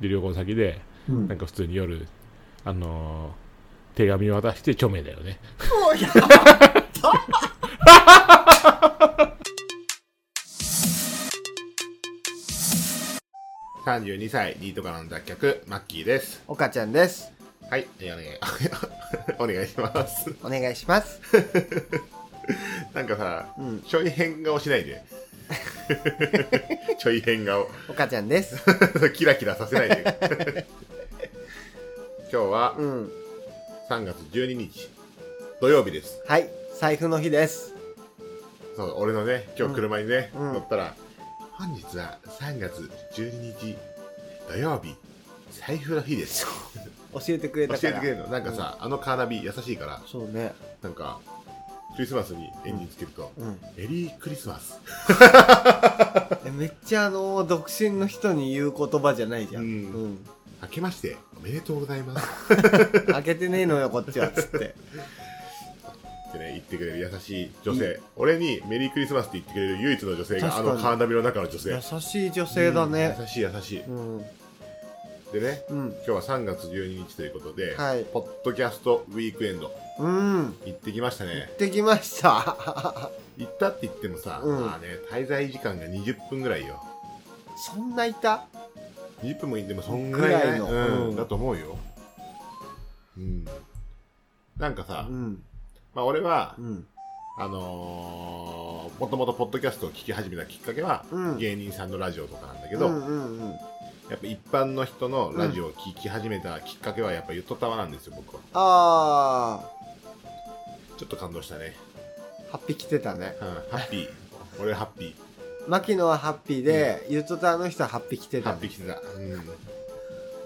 で旅行先でうんなんか普通に夜あのー手紙を渡して著名だよ ねおや32歳、ニートからの脱却、マッキーです。岡ちゃんですはい、えーお願い、お願い します。お願いしますなんかさ、うんちょい変顔しないで。 ちょい変顔。 岡ちゃんですキラキラさせないで。 今日はうん3月12日、土曜日です。はい財布の日ですそう、俺のね、今日車にね、うんうん乗ったら、本日は3月12日、土曜日、財布の日です。教えてくれたか 教えらてくれるのなんかさ、あのカーナビ優しいから、そうねなんか、クリスマスにエンジンつけると、うんメリークリスマス。えめっちゃあのー独身の人に言う言葉じゃないじゃん、ううん明けまして、おめでとうございます。開けてねえのよこっちはつ ってってね、言ってくれる優しい女性。俺にメリークリスマスって言ってくれる唯一の女性が、あ確かにのカーナビの中の女性。優しい女性だね優しい優しい。うん、うんでね、今日は3月12日ということで、はいポッドキャストウィークエンド、うん行ってきましたね。できました 行ったって言ってもさ、うんまあね、滞在時間が20分ぐらいよ。そんないた20分もいってもそんぐらい,、ねぐらいのうんうんだと思うよ。うん。なんかさ、うんまあ俺は、うんあのー、もともとポッドキャストを聞き始めたきっかけは、うん芸人さんのラジオとかなんだけけど、うんうんうん、やっぱ一般の人のラジオを聞き始めたきっかけは、やっぱゆとたわなんですよ、僕は。あちょっと感動したね。ーハッピー来てたねうん、ハッピー。俺ハッピ牧野はハッピーで、ゆとたあの人はハッピー来てー。ハたッピね、ー来てた。うん。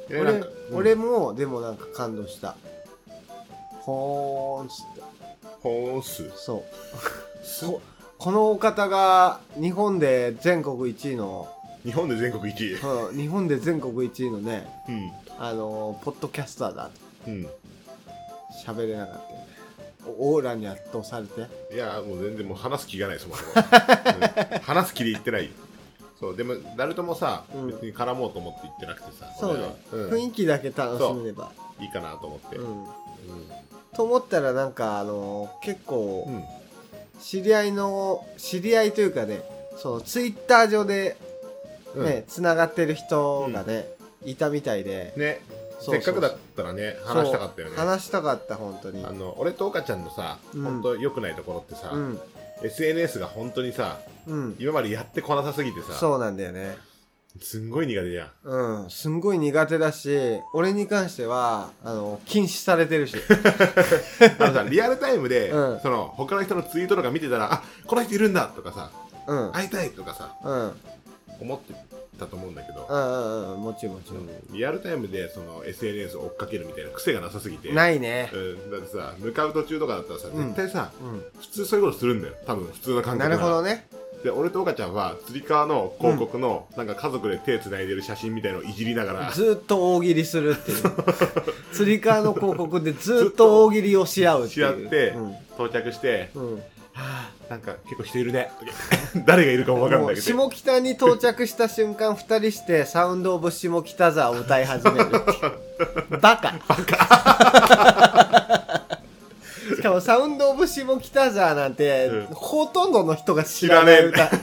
で俺なんかうん俺もでもなんか感動したほーんっつってほーす。そうすこのお方が日本で全国1位の、日本で全国1位。うん、日本で全国1位のね、うん。あのーポッドキャスターだとうん。喋れなかったよねおオーラに圧倒されていや、もう全然もう話す気がない、そもそも。うん話す気で言ってないよ。そう、でも、誰ともさ、うん別に絡もうと思って言ってなくてさ、そうね俺はうん雰囲気だけ楽しめればいいかなと思って。う、うんん、と思ったらなんかあのー結う構ん知り合いの知り合いというかねそのツイッター上でうんねつな、がってる人がね、いたみたいで、ねそうそうそうせっかくだったらね話したかったよね話したかった本当にあの俺と岡ちゃんのさ、うん本当良くないところってさ、うん SNS が本当にさうん今までやってこなさすぎてさそうなんだよねすんごい苦手じゃんうん、すんごい苦手だし、俺に関しては、あの、禁止されて るし。あの さリアルタイムで、うんその他の人のツイートとか見てたらあこの人いるんだとかさうん。うん。会いたいとかさうん思ってたと思うんだけどう、んうん。もちろんもちろん。リアルタイムでその SNS を追っかけるみたいな癖がなさすぎてないね。うん、だってさ向かう途中とかだったらさ、うん絶対さう普通そういうことするんだよ多分普通の感ん。覚なならるほどね。で俺と岡ちゃんはつり革の広告の、なんか家族で手つないでる写真みたいのをいじりながらずーっと大喜利するっ ていう。釣り革の広告でずーっと大喜利をし合うってし合っいう。て、うん到着して、うん、なんか結構人いるね 誰がいるかも分かんもなういけど下北に到着した瞬間2人して「サウンド・オブ・下北沢」を歌い始める っていうバカバカ しかも「サウンド・オブ・下北沢」なんて、うんほとんどの人が知らない知ら歌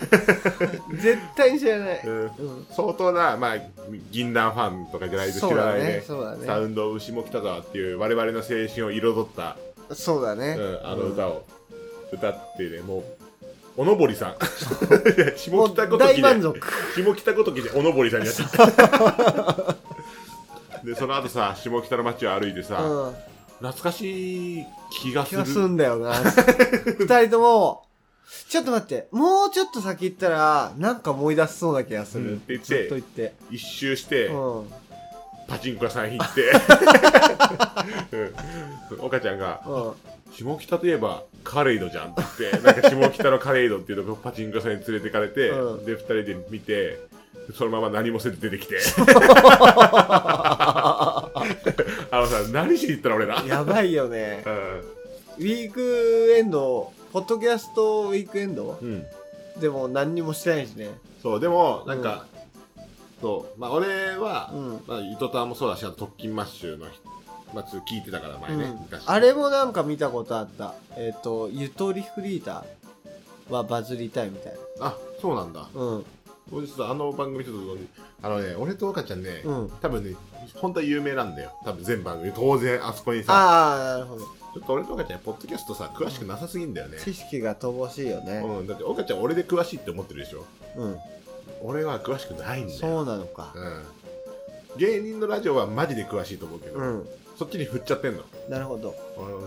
絶対に知らない、うんうん相当な、まあ、銀杏ファンとかじゃないと知らないねそうだねそうだねサウンド・オブ・下北沢っていう我々の青春を彩った、そうだね、うん、あの歌を歌ってね、もうおのぼりさ ん下北もごうとき大で満足下北ごときでおのぼりさんになっちゃった でその後さ下北の街を歩いてさ、うん、懐かしい気がす気るがすんだよ な二人ともちょっと待ってもうちょっと先行ったらなんか思い出しそうな気がすうんるっってて言ってずっと言って、一周して、うんパチンコ屋さん行って、うん、岡ちゃんがうん「下北といえばカレイドじゃん」って言 ってなんか下北のカレイドっていうのをパチンコ屋さんに連れてかれて、うんで2人で見てそのまま何もせず出てき てあのさ何しに行ったら俺ら、うん、やばいよね。ウィークエンド、ポッドキャストウィークエンドうんでも何にもしてないしね。そうでもなんか、と、まあ、俺は、うんまあ、糸田もそうだし、あと特勤マッシュの人、まあ、ちょっと聞いてたから前ね、うん昔あれもなんか見たことあった。えっ、と、ゆとりフリーターはバズりたいみたいあ、そうなんだ。な。うん。俺ちょっとあの番組ちょっと、あのね、俺と岡ちゃんね、うん。多分ね、本当は有名なんだよ。多分全番組、当然あそこにさ、ああ、なるほど。ちょっと俺と岡ちゃん、ポッドキャストさ、詳しくなさすぎんだよね。知識が乏しいよね。うん、だって岡ちゃん、俺で詳しいって思ってるでしょ。うん。俺は詳しくないんだよ。そうなのか。うん芸人のラジオはマジで詳しいと思うけど、うん。そっちに振っちゃってんのなるほど。うん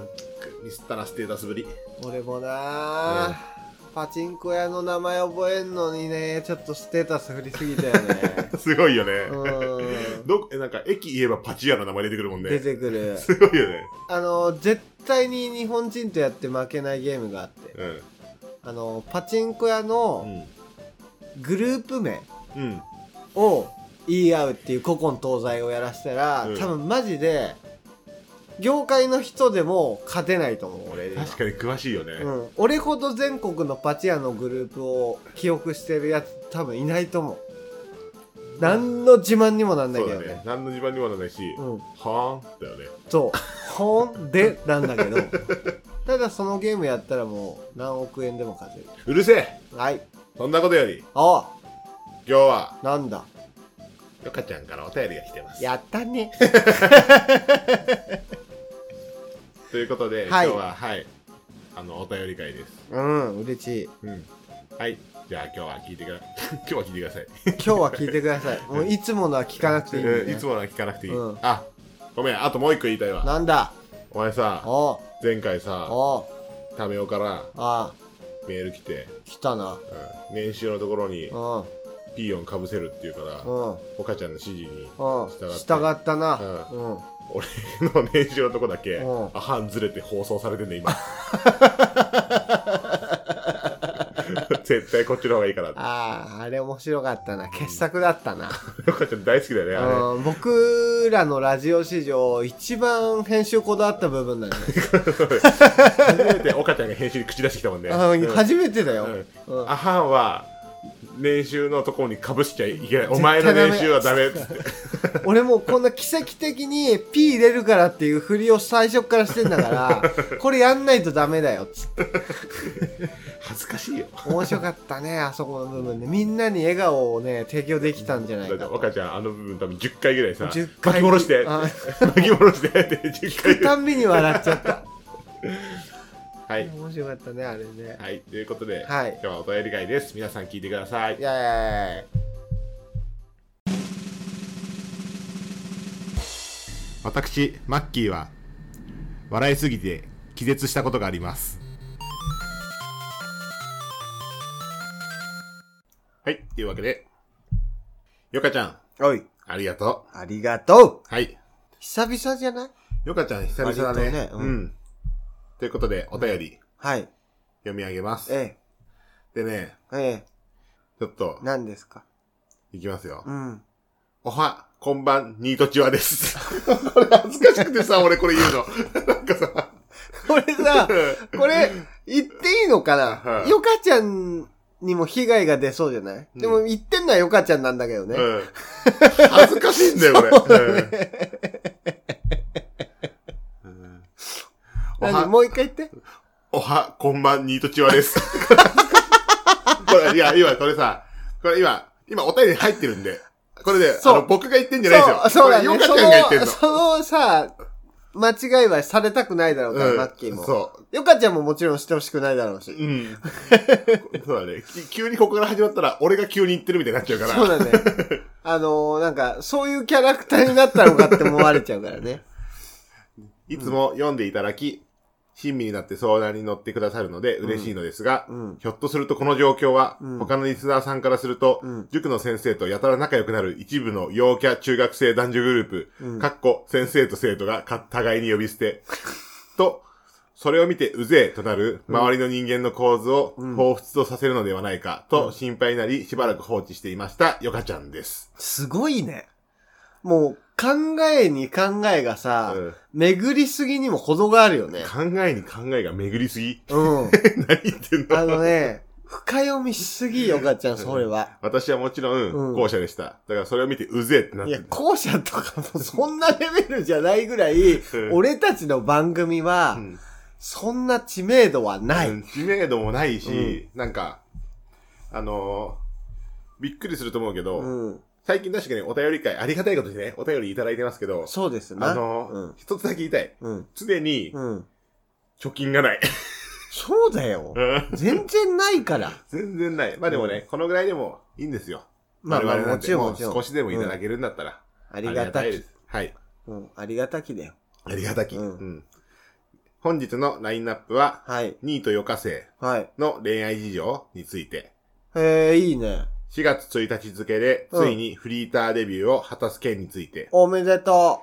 ミスったなステータスぶり 俺もな、パチンコ屋の名前覚えんのにね、ちょっとステータス振りすぎたよ ね。すごいよね、うん。どこえなんか駅言えばパチ屋の名前出てくるもん出ねてくる。すごいよね、あの、絶対に日本人とやって負けないゲームがあって、うんあの、パチンコ屋のグループ名うん、を言い合うっていう古今東西をやらせたら、うん多分マジで、業界の人でも勝てないと思う、俺。確かに詳しいよね、うん、俺ほど全国のパチ屋のグループを記憶してるやつ多分いないと思う何の自慢にもなんないそうけだどねね何の自慢にもならないし、うはんーんだよねそうほんでなんだけ どただそのゲームやったらもう何億円でも稼げうるせえるはいそんなことよりあ今日はなんだよかちゃんからお便りが来てますやったねということで、はい今日ははいあのお便り会ですうん嬉しいうんはいじゃあ今日は聞いてくだ 今日は聞いてください今日は聞いてくだ さいもういつものは聞かなくていいんで、うんね、いつものは聞かなくていい、うんあごめんあともう一個言いたいわなんだお前さおう前回さおうタメオからあメール来て、あ来たなうん、年収のところにうんピーヨンかぶせるっていうからうんうん岡ちゃんの指示に従ったなうん俺の年収のとこだけうんあはんずれて放送されてんね今 絶対こっちの方がいいからってああ、あれ面白かったな。傑作だったな。岡ちゃん大好きだよねあうん、僕らのラジオ史上一番編集こだわった部分なんだれ初めて岡ちゃんが編集に口出してきたもんね、よ。う うんん、初めてだよ。ううんんアハンは年収のところにかぶしちゃいけないお前の年収はダメっつって俺もうこんな奇跡的に P 入れるからっていう振りを最初からしてんだ から、これやんないとダメだよ。つって恥ずかしいよ面白かったね、あそこの部分で。みんなに笑顔をね、提供できたんじゃだないってかと。岡ちゃんあの部分多分10回ぐらいさ10巻回き戻してあ巻き戻してって10回聞くぐらいたんびに笑っちゃ った。はい、面白かったね、あれね。はい、ということで、はい今日はお便り会です皆さん聞いてくださいいやいやいや私マッキーは笑いすぎて気絶したことがありますはいというわけでよかちゃんおい、ありがとありがとうはいう久々じゃないよかちゃん、久々だね。割とうねん、うんということで、お便りはい。読み上げます。えでね、え、えちょっとえ、、何ですかいきますよ。 うん。おは、こんばん、ニートチワです。 これ恥ずかしくてさ、俺これ言うの。なんかさ、これさ、これ、言っていいのかなはいヨカちゃんにも被害が出そうじゃない、うんでも言ってんのはヨカちゃんなんだけどね。うん。恥ずかしいんだよ、これ。うんうんお何は、もう一回言って。おは、こんばん、ニートチワです。これ、いや、今、これさ、これ今、今、お便り入ってるんで、これで、あそうの、僕が言ってんじゃないですよ。そう、そうだね。これヨカちゃんが言ってんの。その、そのさ、間違いはされたくないだろうから、うんマッキーも。そヨカちゃんももちろんしてほしくないだろうし。う。うん。そうだね。き急にここから始まったら、俺が急に言ってるみたいになっちゃうから。そう だね。あのー、なんか、そういうキャラクターになったのかって思われちゃうからね。いつも読んでいただき、親身になって相談に乗ってくださるので嬉しいのですが、うん。ひょっとするとこの状況は、うん他のリスナーさんからすると、うん塾の先生とやたら仲良くなる一部の陽キャ中学生男女グループ、うんかっこ先生と生徒がか互いに呼び 捨て、と、それを見てうぜえとなる周りの人間の構図をうん彷彿とさせるのではないかと心配になり、しばらく放置していました、ヨカちゃんです。すごいね。もう、考えに考えがさ、うん巡りすぎにも程があるよね。考えに考えが巡りすぎうん。何言ってんのあのね、深読みしすぎよ、ガッちゃん、それは。私はもちろうんん、後者でした。だからそれを見て、うぜえってなっいてや、後者とかもそんなレベルじゃないぐらい、うん俺たちの番組はう、んそんな知名度はない。うん知名度もないし、なんか、あのーびっくりすると思うけど、うん。最近確かにお便り会、ありがたいことにね、お便りいただいてますけど、そうですな。あのーうん一つだけ言いたい。うん。常に、うん。貯金がない。そうだよ。全然ないから。 全然ない。まあでもね、このぐらいでもいいんですよ。まあまあ、我々なもんちてろん、ももうちろん。少しでもいただき、けるんだったら、ありがたいきで。す。はい。うん、ありがたきだよ。ありがたき。ううんん。本日のラインナップは、はい。ニート余暇生はい。の恋愛事情について、へえ、いいね。 4月1日付で、うんついにフリーターデビューを果たす件について、おめでと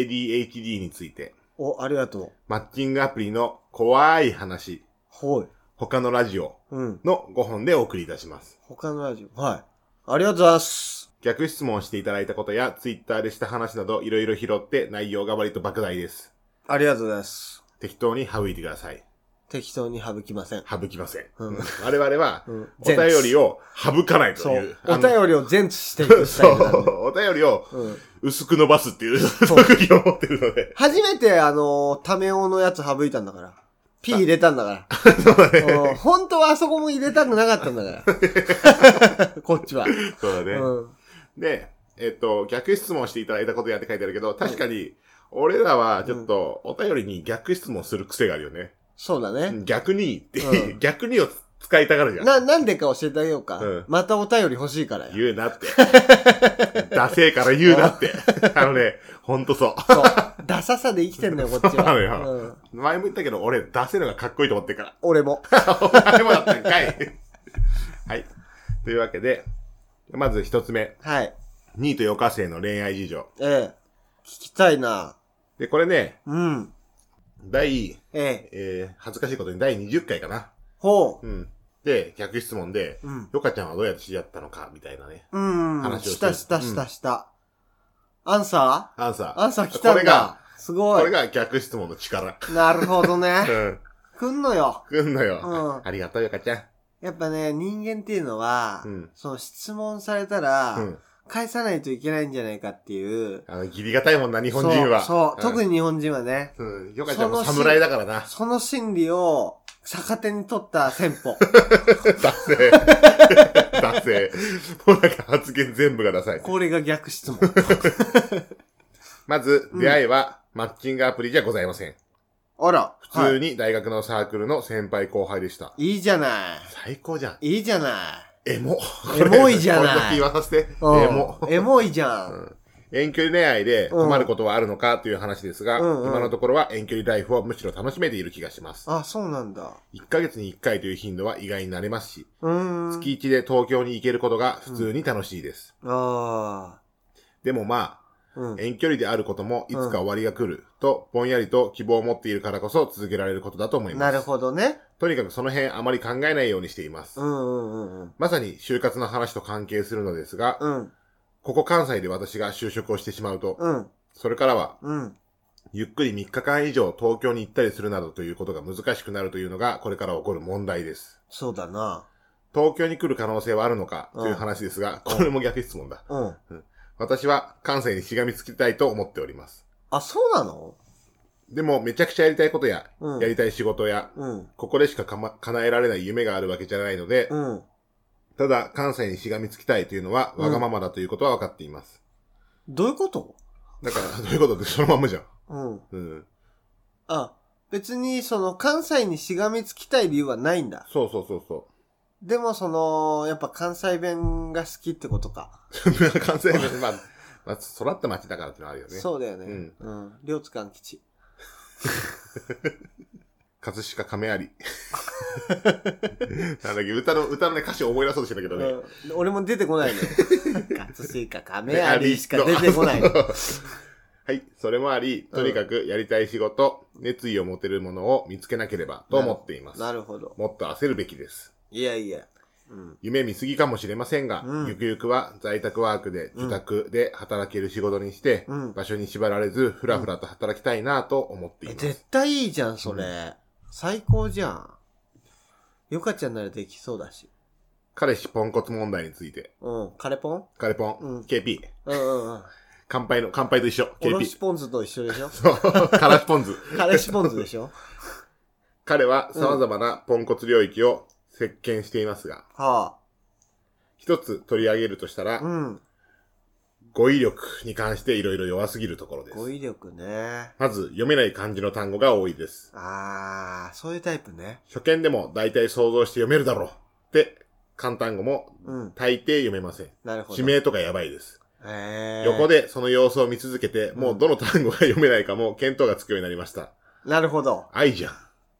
ADHD について、う。お、ありがとう。マッチングアプリの怖い話、ほい。他のラジオうん。の5本でお送りいたします。他のラジオ。はい。ありがとうございます。逆質問していただいたことや、ツイッターでした話など、いろいろ拾って内容が割と莫大です。ありがとうございます。適当に省いてください。適当に省きません。省きません。うん 我々は、うん。お便りを。を省かないとそいうう。。おり便りを全知していくスタイルなんで。そう、お便りをうん。薄く伸ばすっていうう特技を持ってるので。初めて、あのー、タメオのやつ省いたんだから。P 入れたんだから。 そうだね。うん本当はあそこも入れたくなかったんだ から。こっちは。そううだね。ん。で、えっと、逆質問していただいたことやって書いてあるけど、確かに、俺らはちょっと、お便りに逆質問する癖があるよね。そうだね。逆にって、う 逆にを使いたがるじゃん。な、なんでか教えてあげようか。うんまたお便り欲しいからよ。言う なって。ダセえから言うなって。あのね、ほんとそう。そう。ダサさで生きてんだよ、こっ ちは。そうなのようん前も言ったけど、俺、ダセえのがかっこいいと思ってるから。俺も。お前もだったんかい。 はい。というわけで、まず一つ目。はい。ニート余暇生の恋愛事情。ええ。聞きたいな。で、これね、うん。第、ええ。えー、恥ずかしいことに第20回かな。ほうん。で、逆質問で、う。うん。ヨカちゃんはどうやって知り合ったのか、みたいなね。うん。話をしてるしたしたしたした。アンサアンサーー。アンサー来たこんれがだ。、すごこれい。が逆質問 の力。なるほど うね。ん。来んのよ。くんのよ。うんありがとう、ヨカちゃん。やっぱね、人間っていうのはうん、その質問されたらう、ん。返さないといけないんじゃないかっていう。あの、ギリがたいもんな、日本人は。そう。そう特に。に日本人はね。うん。ヨカちゃんも侍だからな。その心理を逆手に取った戦 法。ダセえ。ダ セえ。もうなんか発言全部がダサい。これが逆 質問。まず、うん出会いは、マッチングアプリじゃございません。あら。普は通に大学のサークルの先輩後輩でした。い、いいじゃな最高じゃん。い。いいじゃなエモ。エモいじゃないこれだけ言わさせて。エい。うんモ。 エモいじゃ。うんん遠距離恋愛で困ることはあるのかという話ですが、うんうん今のところは遠距離ライフをむしろ楽しめている気がします。あ、そうなんだ。 1ヶ月に1回という頻度は意外になれますし、うーん。月1で東京に行けることが普通に楽しいです。あでもまあ、あ。うん。遠距離であることもいつか終わりが来ると、ぼんやりと希望を持っているからこそ続けられることだと思います。なるほどね。とにかくその辺あまり考えないようにしています。うんうんうんうん。まさに就活の話と関係するのですが、うん。ここ関西で私が就職をしてしまうと、うん。それからは、うん。ゆっくり3日間以上東京に行ったりするなどということが難しくなるというのが、これから起こる問題です。そうだな。東京に来る可能性はあるのかという話ですが、これも逆質問だ。うん。私は関西にしがみつきたいと思っております。あ、そうなのでも、めちゃくちゃやりたいことや、うんやりたい仕事や、うん。ここでしかか、ま、叶えられない夢があるわけじゃないので、うん。ただ関西にしがみつきたいというのはうんわがままだということは分かっています。どういうことだから、どういうことってそのまんまじゃん。うん。うん。あ、別にその関西にしがみつきたい理由はないんだ。そうそうそうそでもその、やっぱ関西弁が好きってことか。う。 関西弁、まあ、まあ、育った町だからってのはあるよね。そうだよね。うんうん。両津勘吉。葛飾亀有。 なんだっけ、歌の、歌のね、歌詞を思い出そうとしてたけどね。うん俺も出てこないのよ。 葛飾亀ね有しか出てこないの。 はい。それもあり、とにかくやりたい仕事、熱意を持てるものを見つけなければと思っています。なるほど。もっと焦るべきです。いやいや。うん。夢見すぎかもしれませんが、うんゆくゆくは在宅ワークで、自宅で働ける仕事にして、うん場所に縛られず、ふらふらと働きたいなと思っていえ、ます。絶対いいじゃん、それ。最高じゃん。よかちゃんならできそうだし。彼氏ポンコツ問題について。うん。カレポンカレポン、うん KP。うんうんう ん。乾杯の、乾杯と一緒。おろし KP。ポン酢と一緒でしょそう。からしポン酢。彼氏ポン酢でしょ彼は様々なポンコツ領域を席巻していますが、は一つ取り上げるとしたあ。うら、ん。語彙力に関していろいろ弱すぎるところです。語彙力ね。まず、読めない漢字の単語が多いです。あー、そういうタイプね。初見でも大体想像して読めるだろう。って、簡単語もうん。大抵読めません。なるほど。地名とかやばいです。えー、横でその様子を見続けて、もうどの単語が読めないかも見当がつくようになりました。なるほど。愛じゃん。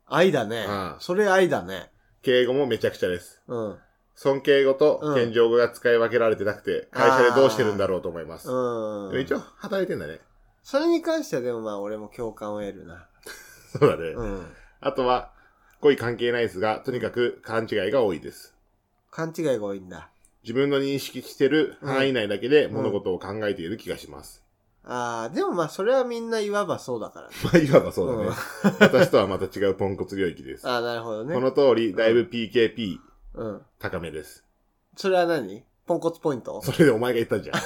愛だねあ。あそれ愛だね。敬語もめちゃくちゃです。うん。うん。尊敬語とうん謙譲語が使い分けられてなくて、会社でどうしてるんだろうと思います。でも一応、働いてんだね。 それに関してはでもまあ俺も共感を得るな。そうだね。うん。あとは、語彙関係ないですが、とにかく勘違いが多いです。勘違いが多いんだ。自分の認識してる範囲内だけでん物事を考えている気がします。あー、でもまあそれはみんないわばそうだからね。まあ、いわばそうだね。私とはまた違うポンコツ領域です。あー、なるほどね。この通り、だいぶ PKP うん。高めです。それは何ポンコツポイントそれでお前が言った んじゃん。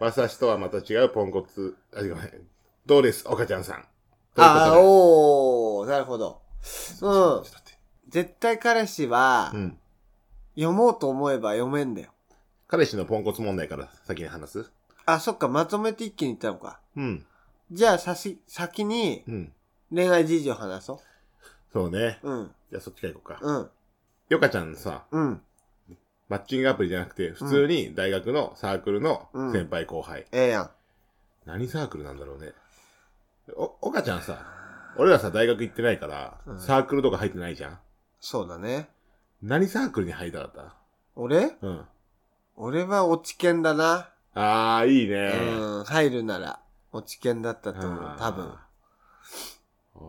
私とはまた違うポンコツ、あ、ごめん。どうです、岡ちゃんさん。あー、おおー、なるほど。うんちょっと待って。絶対彼氏は、うん。読もうと思えば読めんだよ。彼氏のポンコツ問題から先に話すあ、そっか、まとめて一気に言ったのか。うん。じゃあ、さし、先に、うん。恋愛事情話そそうね。う。うん、じゃあそっちから行こうか。うん、よかちゃんさ、うん。マッチングアプリじゃなくて、普通に大学のサークルの先輩後輩。ええやん。何サークルなんだろうね。お、岡ちゃんさ、俺らさ、大学行ってないから、うんサークルとか入ってないじゃんそうだね。何サークルに入りたかった俺うん。俺は落ち券だな。あー、いいね。うん、入るなら、落ち券だったと思う。多分。分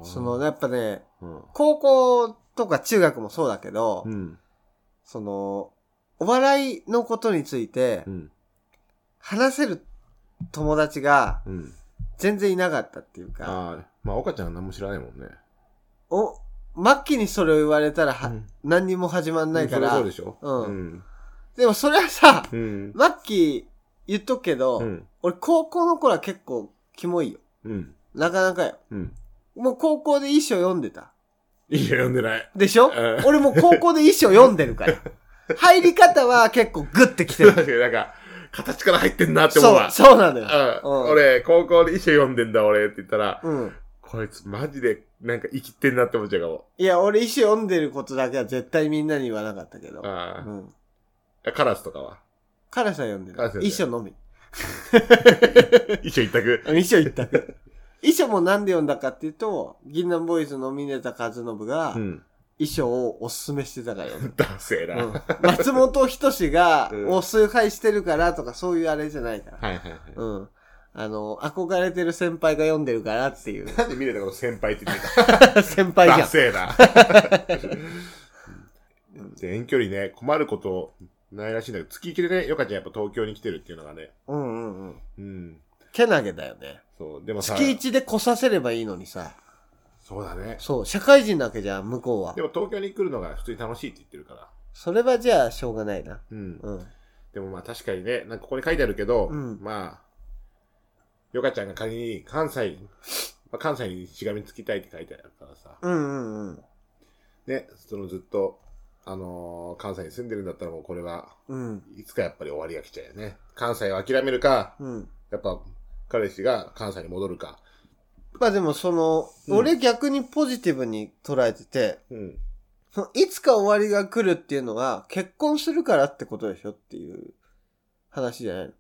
その、やっぱね、うん。高校とか中学もそうだけど、うん。その、お笑いのことについてう、ん。話せる友達がうん。全然いなかったっていうか、あー、まあ、岡ちゃんは何も知らないもんね。お、末期にそれを言われたらは、うん何にも始まんないから。そりゃそうでしょうんうん。でもそれはさ、うん。末期言っとくけど、うん。俺高校の頃は結構キモいよ。うん。なかなかよ。うん。もう高校で一書読んでた。いいよ、読んでない。でしょうん俺もう高校で一書読んでる から。入り方は結構グッてきて確る。か になんか、形から入ってんなって思うそう、わ。そうなのよ。うんうん俺、高校で一緒読んでんだ俺って言ったら、うん。こいつマジでなんか生きてんなって思っちゃうかも。いや、俺一書読んでることだけは絶対みんなに言わなかったけど。あうーん。カラスとかは彼氏は読んで彼氏は読んでる。る一書のみ。 一緒一択。衣装一択。衣装もなんで読んだかっていうと、銀杏ボーイズの峰田和伸がう衣ん。装をおすすめしてた からよ。ダセえな。うん松本人志がうんお崇拝してるからとかそういうあれじゃないから。はいはいはい。うん。あの、憧れてる先輩が読んでるからって いう。なんで見れたこと先輩って言って た先輩じダゃん。セえな。 で遠距離ね、困ることないらしいんだけど、月一でね、よかちゃんやっぱ東京に来てるっていうのがね。うんうんうん。うん。けなげだよね。そう、でもさ、月一で来させればいいのにさ。そうだね。そう、社会人なわけじゃん、向こうはで。も東京に来るのが普通に楽しいって言ってるから。それはじゃあしょうがないな。うん。うん。でもまあ確かにね、なんかここに書いてあるけど、うんまあ、ヨカちゃんが仮に関西、まあ、関西にしがみつきたいって書いてあるからさ、うんうんうん。ね、そのずっと、あのー関西に住んでるんだったらもうこれは、うん。いつかやっぱり終わりが来ちゃうよね。関西を諦めるか、うん。やっぱ彼氏が関西に戻るか。まあでもその、うん俺逆にポジティブに捉えてて、うん。そのいつか終わりが来るっていうのは結婚するからってことでしょっていう話じゃない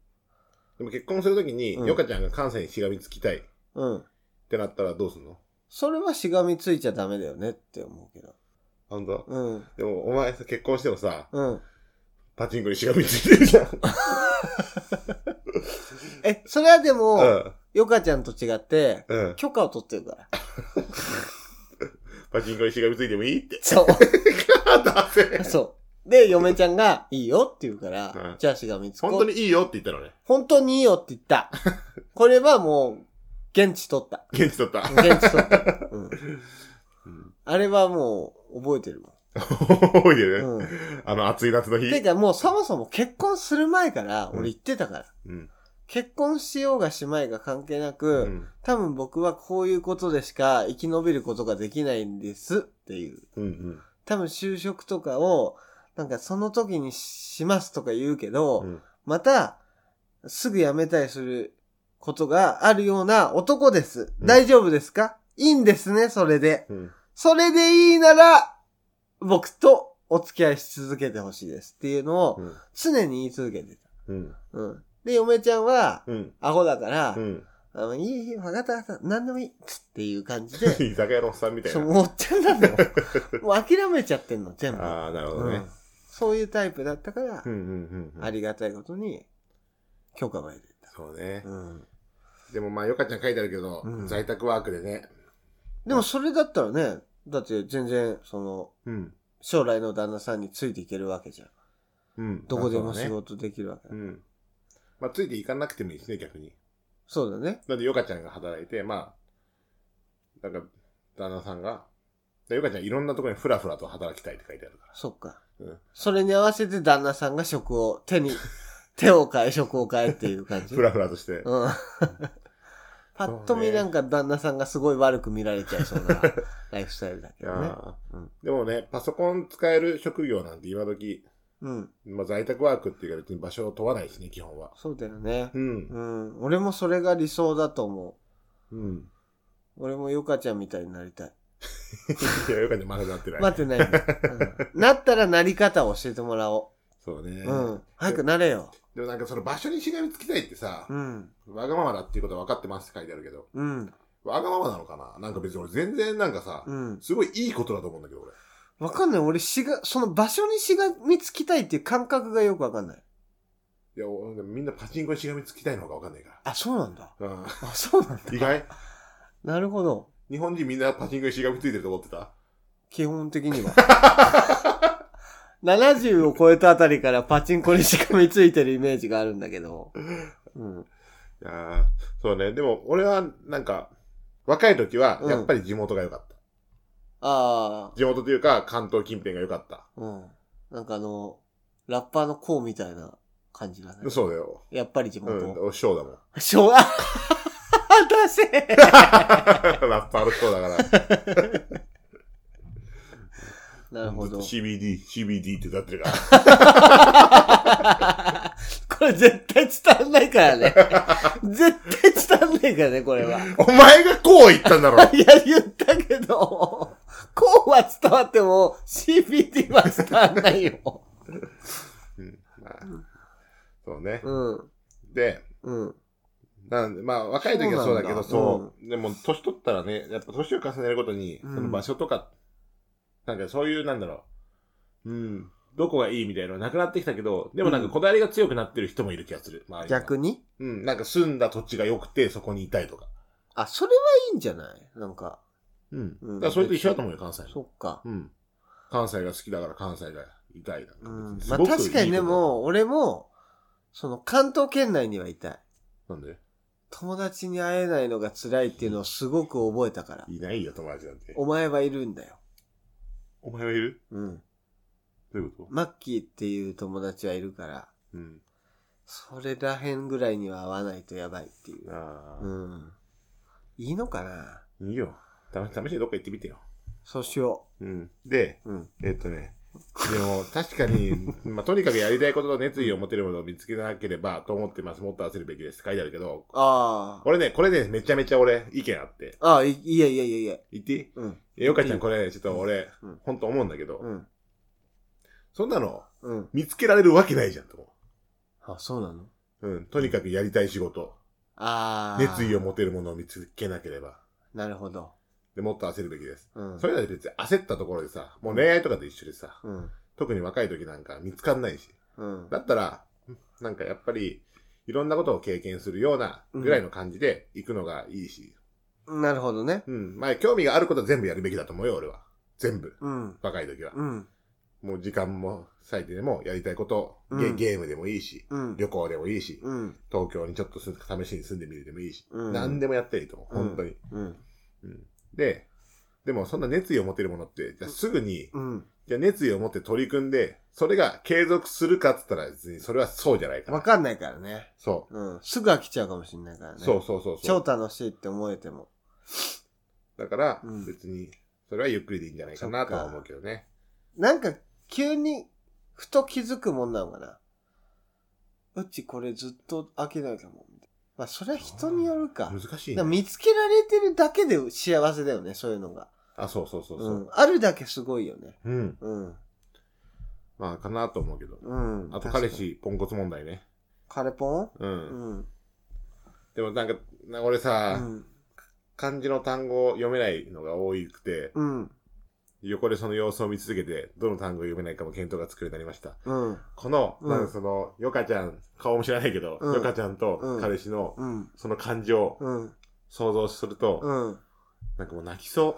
でも結婚するときに、うんヨカちゃんが関西にしがみつきたいっのうん。てなったらどうすんのそれはしがみついちゃダメだよねって思うけど。あんたうん。でもお前さ結婚してもさ、うん。パチンコにしがみついてるじゃん。え、それはでも、うん。ヨカちゃんと違って、うん。許可を取ってるから。パチンコにしがみついてもいい って。そう。だせそう。で、嫁ちゃんが、いいよって言うから、うんじゃあしがみつこう。本当にいいよって言ったのね。本当にいいよって言った。これはもう、現地取った。現地取った。現地取った。うん。うんあれはもう覚えてるも覚えてる、ん。うん。あの、暑い夏の日。てかもうそもそも結婚する前からうん俺言ってたから。うん。結婚しようがしまいが関係なうく、ん。多分僕はこういうことでしか生き延びることができないんですっていう。うん。多分就職とかを、なんかその時にしますとか言うけど、うん。また、すぐ辞めたりすることがあるような男です。うん大丈夫ですかいいんですね、それで。うん。それでいいなら、僕とお付き合いし続けてほしいですっていうのをうん。常に言い続けてた。うん。うん。で、嫁ちゃんは、うん。アホだからう、ん。あのいいいい、わかったわかった、なんでもいいっつっていう感 じで、居酒屋のおっさんみたいそう、な。もうってんだもん。 もう諦めちゃってんの、全部。ああ、なるほどうねん。そういうタイプだったからう、んうんうん。ありがたいことに、許可が得てそうねた。。うん。でもまあ、よかちゃん書いてあるけどうん、在宅ワークでね。でもそれだったらね、だって全然、その、うん。将来の旦那さんについていけるわけじゃん。うん。どこでもまあ仕。事できるわけそうだ。ねうん。まあ、ついていかなくてもいいしね、逆に。そうだね。なんで、ヨカちゃんが働いて、まあ、なんか、旦那さんが、でヨカちゃんいろんなところにふらふらと働きたいって書いてあるから。そっかうん。それに合わせて旦那さんが職を、手 に、手を変え、職を変えっていう感じふ。らふらとして。うん。 パッと見なんか旦那さんがすごい悪く見られちゃいそうなライフスタイルだいけやどね。ーうんでもね、パソコン使える職業なんて今時、うん。まあ、在宅ワークっていうか別に場所を問わないしね、基本は。そうだよねう。ん。うん。俺もそれが理想だと思うん。 う。俺もヨカちゃんみたいになりたい。いや、よかった、まだなってない。待ってないん だ、うんなったらなり方を教えてもらおそうね。う。うん。早くなれよ。でもなんかその場所にしがみつきたいってさう、ん。わがままだっていうことは分かってますって書いてあるけど、うん。わがままなのかななんか別に俺全然なんかさう、ん。すごいいいことだと思うんだけど、俺。わかんない。俺しが、その場所にしがみつきたいっていう感覚がよくわかんない。いや、俺みんなパチンコにしがみつきたいのか分かんないかあ、そうなんだ。ら。 うん。あ、そうなんだ。意外なるほど。日本人みんなパチンコにしがみついてると思ってた基本的には。70を超えたあたりからパチンコにしがみついてるイメージがあるんだけど。うん。いやーそうね。でも俺はなんか、若い時はやっぱり地元が良かった。ああ、地元というか関東近辺が良かった。うん。なんかあの、ラッパーのこうみたいな感じだね。そうだよ。やっぱり地う元。ん、ショーだもん。 しょう、あははだせえラッパーのショーだから。なる ほど。 CBD、CBD って歌ってるから。これ絶対伝わんないからね。絶対伝わんないからね、これは。お前がこう言ったんだろ。いや、言ったけど、こうは伝わっても CBD は伝わんないよ。うんまあそうね。うん。で、うん。なんで、まあ、若い時はそうだけど、そうなんそう。でも、年取ったらね、やっぱ年を重ねるごとに、うんその場所とか、なんかそういう、なんだろう。うん。どこがいいみたいなのはなくなってきたけど、でもなんかこだわりが強くなってる人もいる気がする。周りには逆にうん。なんか住んだ土地が良くて、そこにいたいとか。あ、それはいいんじゃないなんか。うん。うんだからそれと一緒だと思うよ、関西の。そっか。うん。関西が好きだから関西がいたいなんかう別んに。すまあごくいいこと確かにでも、、俺も、その関東圏内にはいたい。なんで友達に会えないのが辛いっていうのをすごく覚えたから。いないよ、友達なんて。お前はいるんだよ。お前はいるうん。どういうことマッキーっていう友達はいるから、うん。それらへんぐらいには会わないとやばいっていう。あうあ、ん。いいのかないいよ。た試しにどっか行ってみてよ。そうしようん。で、う。うん。えっとね、でも、確かに、まあ、とにかくやりたいことと熱意を持てるものを見つけなければと思ってます。もっと焦るべきです。書いてあるけど、ああ。俺ね、これね、めちゃめちゃ俺、意見あって。ああ、いいやいやいやいや。言っていいうん。えよかちゃん、これ、ちょっと俺うん、ほんと思うんだけうど、ん。そんなの、うん。見つけられるわけないじゃん、と思あ、そうなのう。うん。とにかくやりたい仕事、ああ。熱意を持てるものを見つけなければ、なるほど。で、もっと焦るべきです。うん。それなら別に焦ったところでさ、もう恋愛とかと一緒でさ、うん。特に若い時なんか見つかんないし。うん。だったら、なんかやっぱり、いろんなことを経験するようなぐらいの感じで行くのがいいし。なるほどね。うん。まあ、興味があることは全部やるべきだと思うよ、俺は。全部。うん。若い時は。うん。もう時間も割いてでもやりたいこと、うゲんゲームでもいいし、うん。旅行でもいいし、うん。東京にちょっとす試しに住んでみるでもいいし、うん何でもやっていいと思う、うん本当に。うん。うんで、でもそんな熱意を持てるものって、じゃあすぐに、うん。じゃあ熱意を持って取り組んで、それが継続するかっつったら別にそれはそうじゃないかわら。かんないからね。そうん。すぐ飽きちゃうかもしれないからう。ね。そうそうそうそ超う。楽しいって思えても。だからうん、別に、それはゆっくりでいいんじゃないかなとは思うけどね。なんか、急に、ふと気づくもんなのかな。うちこれずっと飽きないかも。まあ、それは人によるか。難しいだからね。見つけられてるだけで幸せだよね、そういうのが。あ、そうそうそうそうう。ん。あるだけすごいよね。うん。うん。まあ、かなと思うけど。うん。あと、彼確かに。氏、ポンコツ問題ね。彼ポンう。うんん。でもなんか、な俺うさ、ん。漢字の単語を読めないのが多くて、うん。横でその様子を見続けて、どの単語を読めないかも検討がつくようになりました。うん。この、うんなんかその、ヨカちゃん、顔も知らないけど、うんヨカちゃんと彼氏の、うん。その感情をうん。想像すると、 うん。なんかもう泣きそ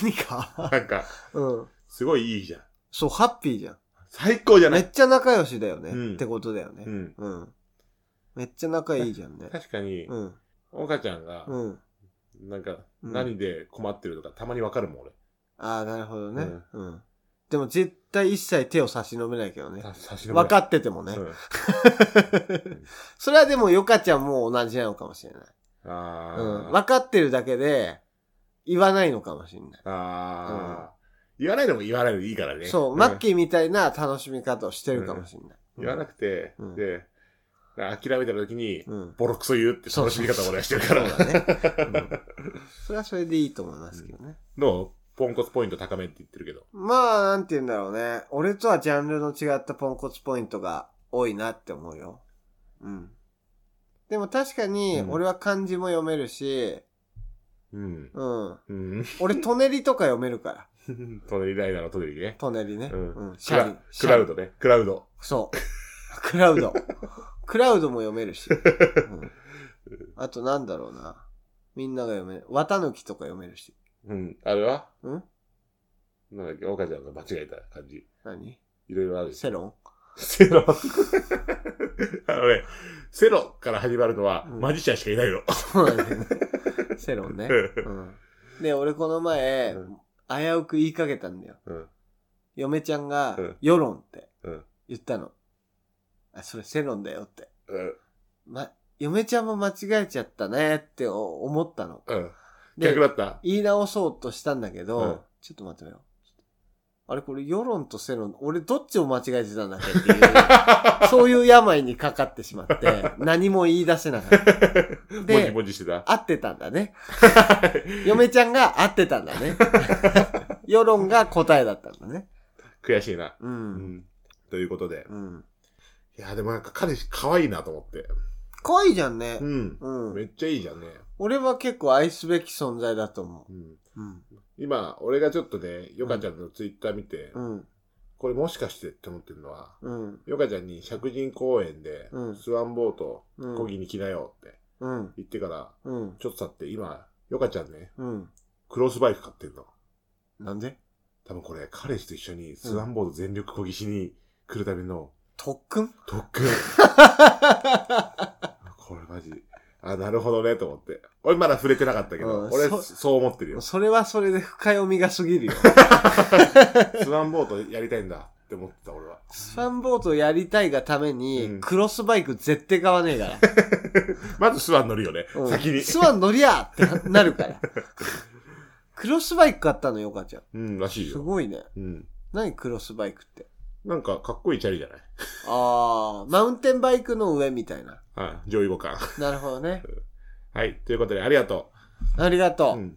何う。 かなんか、うん。すごいいいじゃん。そう、ハッピーじゃん。最高じゃなめいっちゃ仲良しだよね。うんってことだよねう。ん。うん。めっちゃ仲いいじゃんね。確かに、うん。岡ちゃんが、うん。なんか、うん何で困ってるとか、たまにわかるもん、俺。ああ、なるほどね、うんうん。でも絶対一切手を差し伸べないけどね。さ差し伸べ分かっててもね。うんそれはでもヨカちゃんも同じなのかもしれない。あうん。ー。分かってるだけで、言わないのかもしれない。あー言わないのも言わないのでいいからね。そう、んマッキーみたいな楽しみ方をしてるかもしれない。言わなくて、うんで、諦めた時に、うん。ボロクソ言うって楽しみ方を俺はしてるから。そうだね。うんそれはそれでいいと思いますけどね。どうポンコツポイント高めって言ってるけど。まあ、なんて言うんだろうね。俺とはジャンルの違ったポンコツポイントが多いなって思うよ。うん。でも確かに、うん俺は漢字も読めるし、うん。うん。うん。 俺、トネリとか読めるから。トネリライダーのトネリね。トネリね。うんうん。シクャラリ。クラウド。ドね。クラウド。そう。クラウド。クラウドも読めるし。うん、あと、なんだろうな。みんなが読める。綿抜きとか読めるし。うん。あれはうんなんだっけ、岡ちゃんが間違えた感じ。何いろいろあるしセロンセロ。あのね、セロから始まるのは、うんマジシャンしかいないの。そうなんだよね。セロンね。うん。で、俺この前、うん危うく言いかけたんだよ。うん。嫁ちゃんがうん、世論ってうん。言ったの。あ、それセロンだよって。うん。ま、嫁ちゃんも間違えちゃったねってお思ったの。うん。で逆だった言い直そうとしたんだけど、うんちょっと待ってよ。あれこれ世論とセロン、俺どっちを間違えてたんだっけって いう、そういう病にかかってしまって、何も言い出せなかった。でもじもじしてた。合ってたんだ ね。嫁ちゃんが合ってたんだね。世論が答えだったんだね。悔しいな。う。うんん。ということで。うん。いや、でもなんか彼氏可愛いなと思って。可愛いじゃんねう。ん。うめん。っちゃいいじゃんね。俺は結構愛すべき存在だと思うん。う。うん。今、俺がちょっとね、ヨカちゃんのツイッター見て、うん。これもしかしてって思ってるのは、うん。ヨカちゃんに石神公園でうん、スワンボート、うん漕ぎに来なよってうん。言ってから、うん。ちょっと経って、今、ヨカちゃんね、うん。クロスバイク買ってんの。なんで多分これ、彼氏と一緒にスワンボート全力漕ぎしに来るための特訓特 訓。これマジ。あ、なるほどね、と思って。俺まだ触れてなかったけど、うん俺そそ、そう思ってるよ。それはそれで深読みが過 ぎるよ。スワンボートやりたいんだって思ってた、俺は。 スワンボートやりたいがためうに、んクロスバイク絶対買わねえから。まずスワン乗るよね、うん 先に。スワン乗りゃーってなる から。クロスバイク買ったのよ、かちゃん。うん、らしいすよ。ごいね。うん。何クロスバイクって。なんか、かっこいいチャリじゃないあー、マウンテンバイクの上みたいな。はい、上位互換。なるほどね。はい、ということで、ありがとありがう。とん。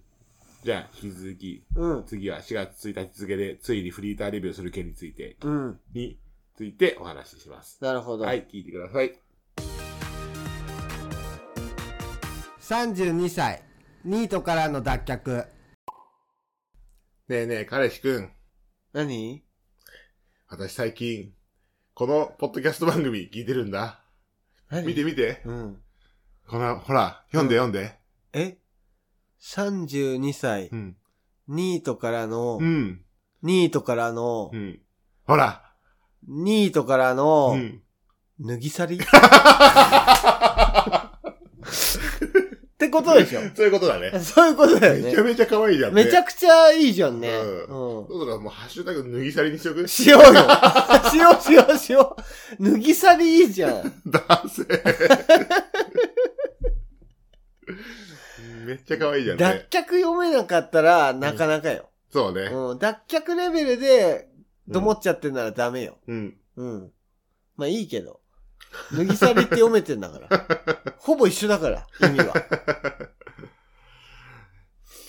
じゃあ、引き続き、う。うん。次は4月1日付で、ついにフリーターレビューする件について、うん。についてお話しします。なるほど。はい、聞いてください。 32歳、ニートからの脱却。ねえねえ、彼氏くん。何私最近、このポッドキャスト番組聞いてるんだ。何見て見て。うん。この、ほら、読んで読んで。え ?32 歳う、ん。ニートからのう、ん。ニートからのう、ん。ほら。ニートからうの、ん。脱ぎ去りっていうことでしょ。 そういうことだね。そういうことだよめちゃね。めちゃ可愛いじゃんね。めちゃくちゃいいじゃんね。ううん。そうだ、もうハッシュタグ脱ぎ去りにしとくしよう よ。しようしようしよう。脱ぎ去りいいじゃん。男性。めっちゃ可愛いじゃん脱ね。却読めなかったら、なかなかよ。そうね。うん。脱却レベルで、どもっちゃってんならダメよ。うん。うん。まあいいけど。脱ぎ去りって読めてんだ から。ほぼ一緒だから、意味は。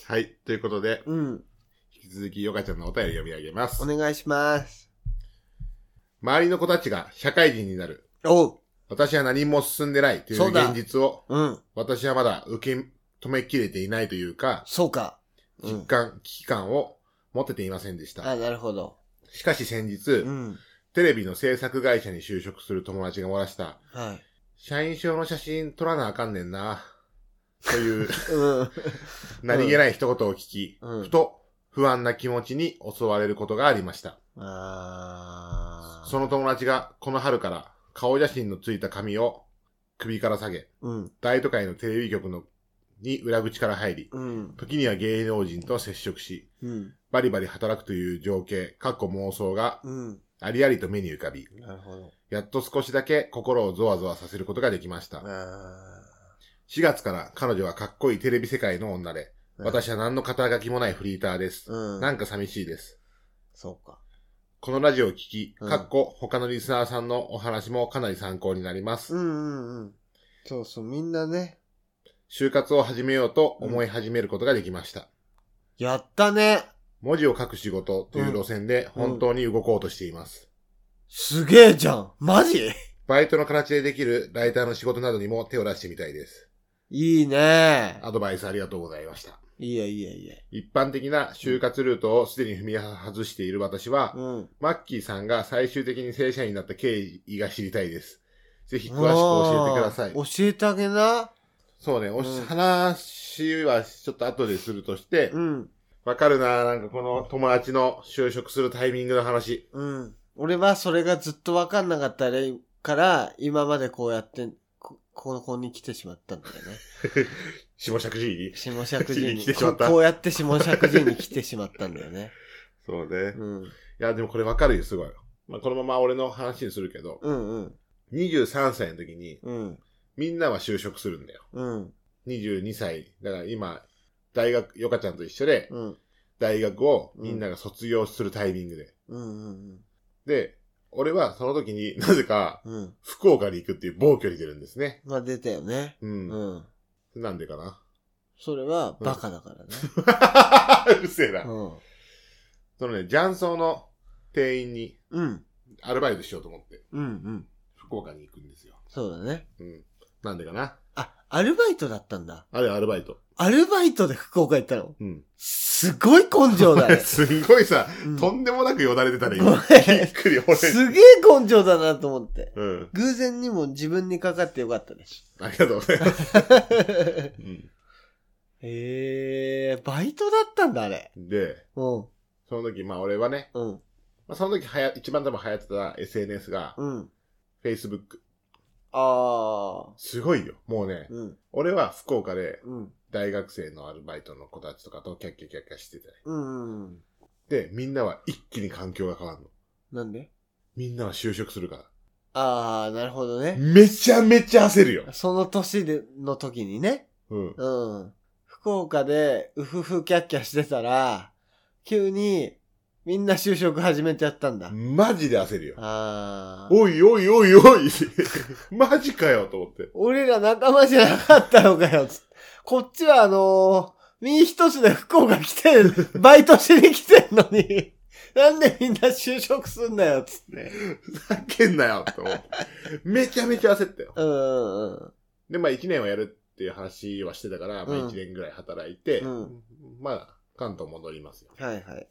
はい。ということで、うん。引き続きヨカちゃんのお便り読み上げますお。願いします。周りの子たちが社会人になる。おう。私は何も進んでないというそうだ現実を、うん。私はまだ受け止めきれていないというか、そうか。う実ん。感、危機感を持てていませんでした。あ、なるほど。しかし先日、うん。テレビの制作会社に就職する友達が漏らした、はい。社員証の写真撮らなあかんねんな、と いううん。何気ない一言を聞き、うんふと不安な気持ちに襲われることがありました。あー。その友達がこの春から顔写真のついた紙を首から下げ、うん。大都会のテレビ局のに裏口から入り、うん。時には芸能人と接触し、うん。バリバリ働くという情景、かっこ妄想がうん。ありありと目に浮かび、なるほど。やっと少しだけ心をゾワゾワさせることができました。あ4月から彼女はかっこいいテレビ世界の女で、うん私は何の肩書きもないフリーターです。ー。うん。なんか寂しいです。そうか。このラジオを聞き、うんかっこ他のリスナーさんのお話もかなり参考になります。うんうんうん。そうそう、みんなね。就活を始めようと思い始めることができました。やったね。文字を書く仕事という路線でうん本当に動こうとしています。すげえじゃん。マジバイトの形でできるライターの仕事などにも手を出してみたいです。いいね。アドバイスありがとうございました。いいやいいやいいや。一般的な就活ルートをすでに踏み外している私は、うん。マッキーさんが最終的に正社員になった経緯が知りたいです。ぜひ詳しく教えてくださいあ。ー教えてあげな。そうね、おしうん話はちょっと後でするとしてう、ん。わかるななんかこの友達の就職するタイミングの話。うん。俺はそれがずっとわかんなかったから、今までこうやって、こ、この子に来てしまったんだよね。下尺主義下尺人来にてしまったこ。こうやって下尺人に来てしまったんだよね。そうね。いうん。や、でもこれわかるよ、すごい。まあ、このまま俺の話にするけど、うんうん。 23歳の時にうん。みんなは就職するんだよ。うん。 22歳。だから今、大学、ヨカちゃんと一緒で、うん。大学をみんなが卒業するタイミングで。うんうんで、俺はその時になぜかうん。うん。福岡に行くっていう暴挙に出るんですね。まあ出たよね。う。うんん。なんでかな それはバカだからね。うるせえな。うん。そのね、ジャンソーの店員にうん。アルバイトしようと思ってうんうん。福岡に行くんですよ。そうだね。うん。なんでかなあ、アルバイトだったんだ。あれはアルバイト。アルバイトで福岡行ったのうん。 すごい根性だね。すんごいさ、うんとんでもなくよだれてたね、ご今。びめっくり、ん俺。すげえ根性だなと思って。うん。偶然にも自分にかかってよかったです。ありがとうございます。うん。へえー、バイトだったんだ、あれ。で、うん、その時、まあ俺はね、うん、まあ、その時はや、一番多分流行ってた SNS が、うん。 Facebook。ああ、すごいよ。もうね、うん、俺は福岡でうん、大学生のアルバイトの子たちとかとキャッキャキャッキャしてて。うん、うん。で、みんなは一気に環境が変わるの。なんでみんなは就職するかああ、なるほどら。ね。めちゃめちゃ焦るよ。その年で、の時にね。うん。うん。福岡で、うふふキャッキャしてたら、急に、みんな就職始めちゃったんだ。マジで焦るよ。ああ。おいおいおいおいマジかよと思って。俺ら仲間じゃなかったのかよ。つこっちはあのー、身一つで福岡来 てる、バイトしに来てんのに、なんでみんな就職すんだよ、つって。ふざけんなよと思って。めちゃめちゃ焦ったよ。うんうんうん。で、まあ一年はやるっていう話はしてたから、まあうん一年ぐらい働いて、うんまあ関東戻りますよ。はいはい。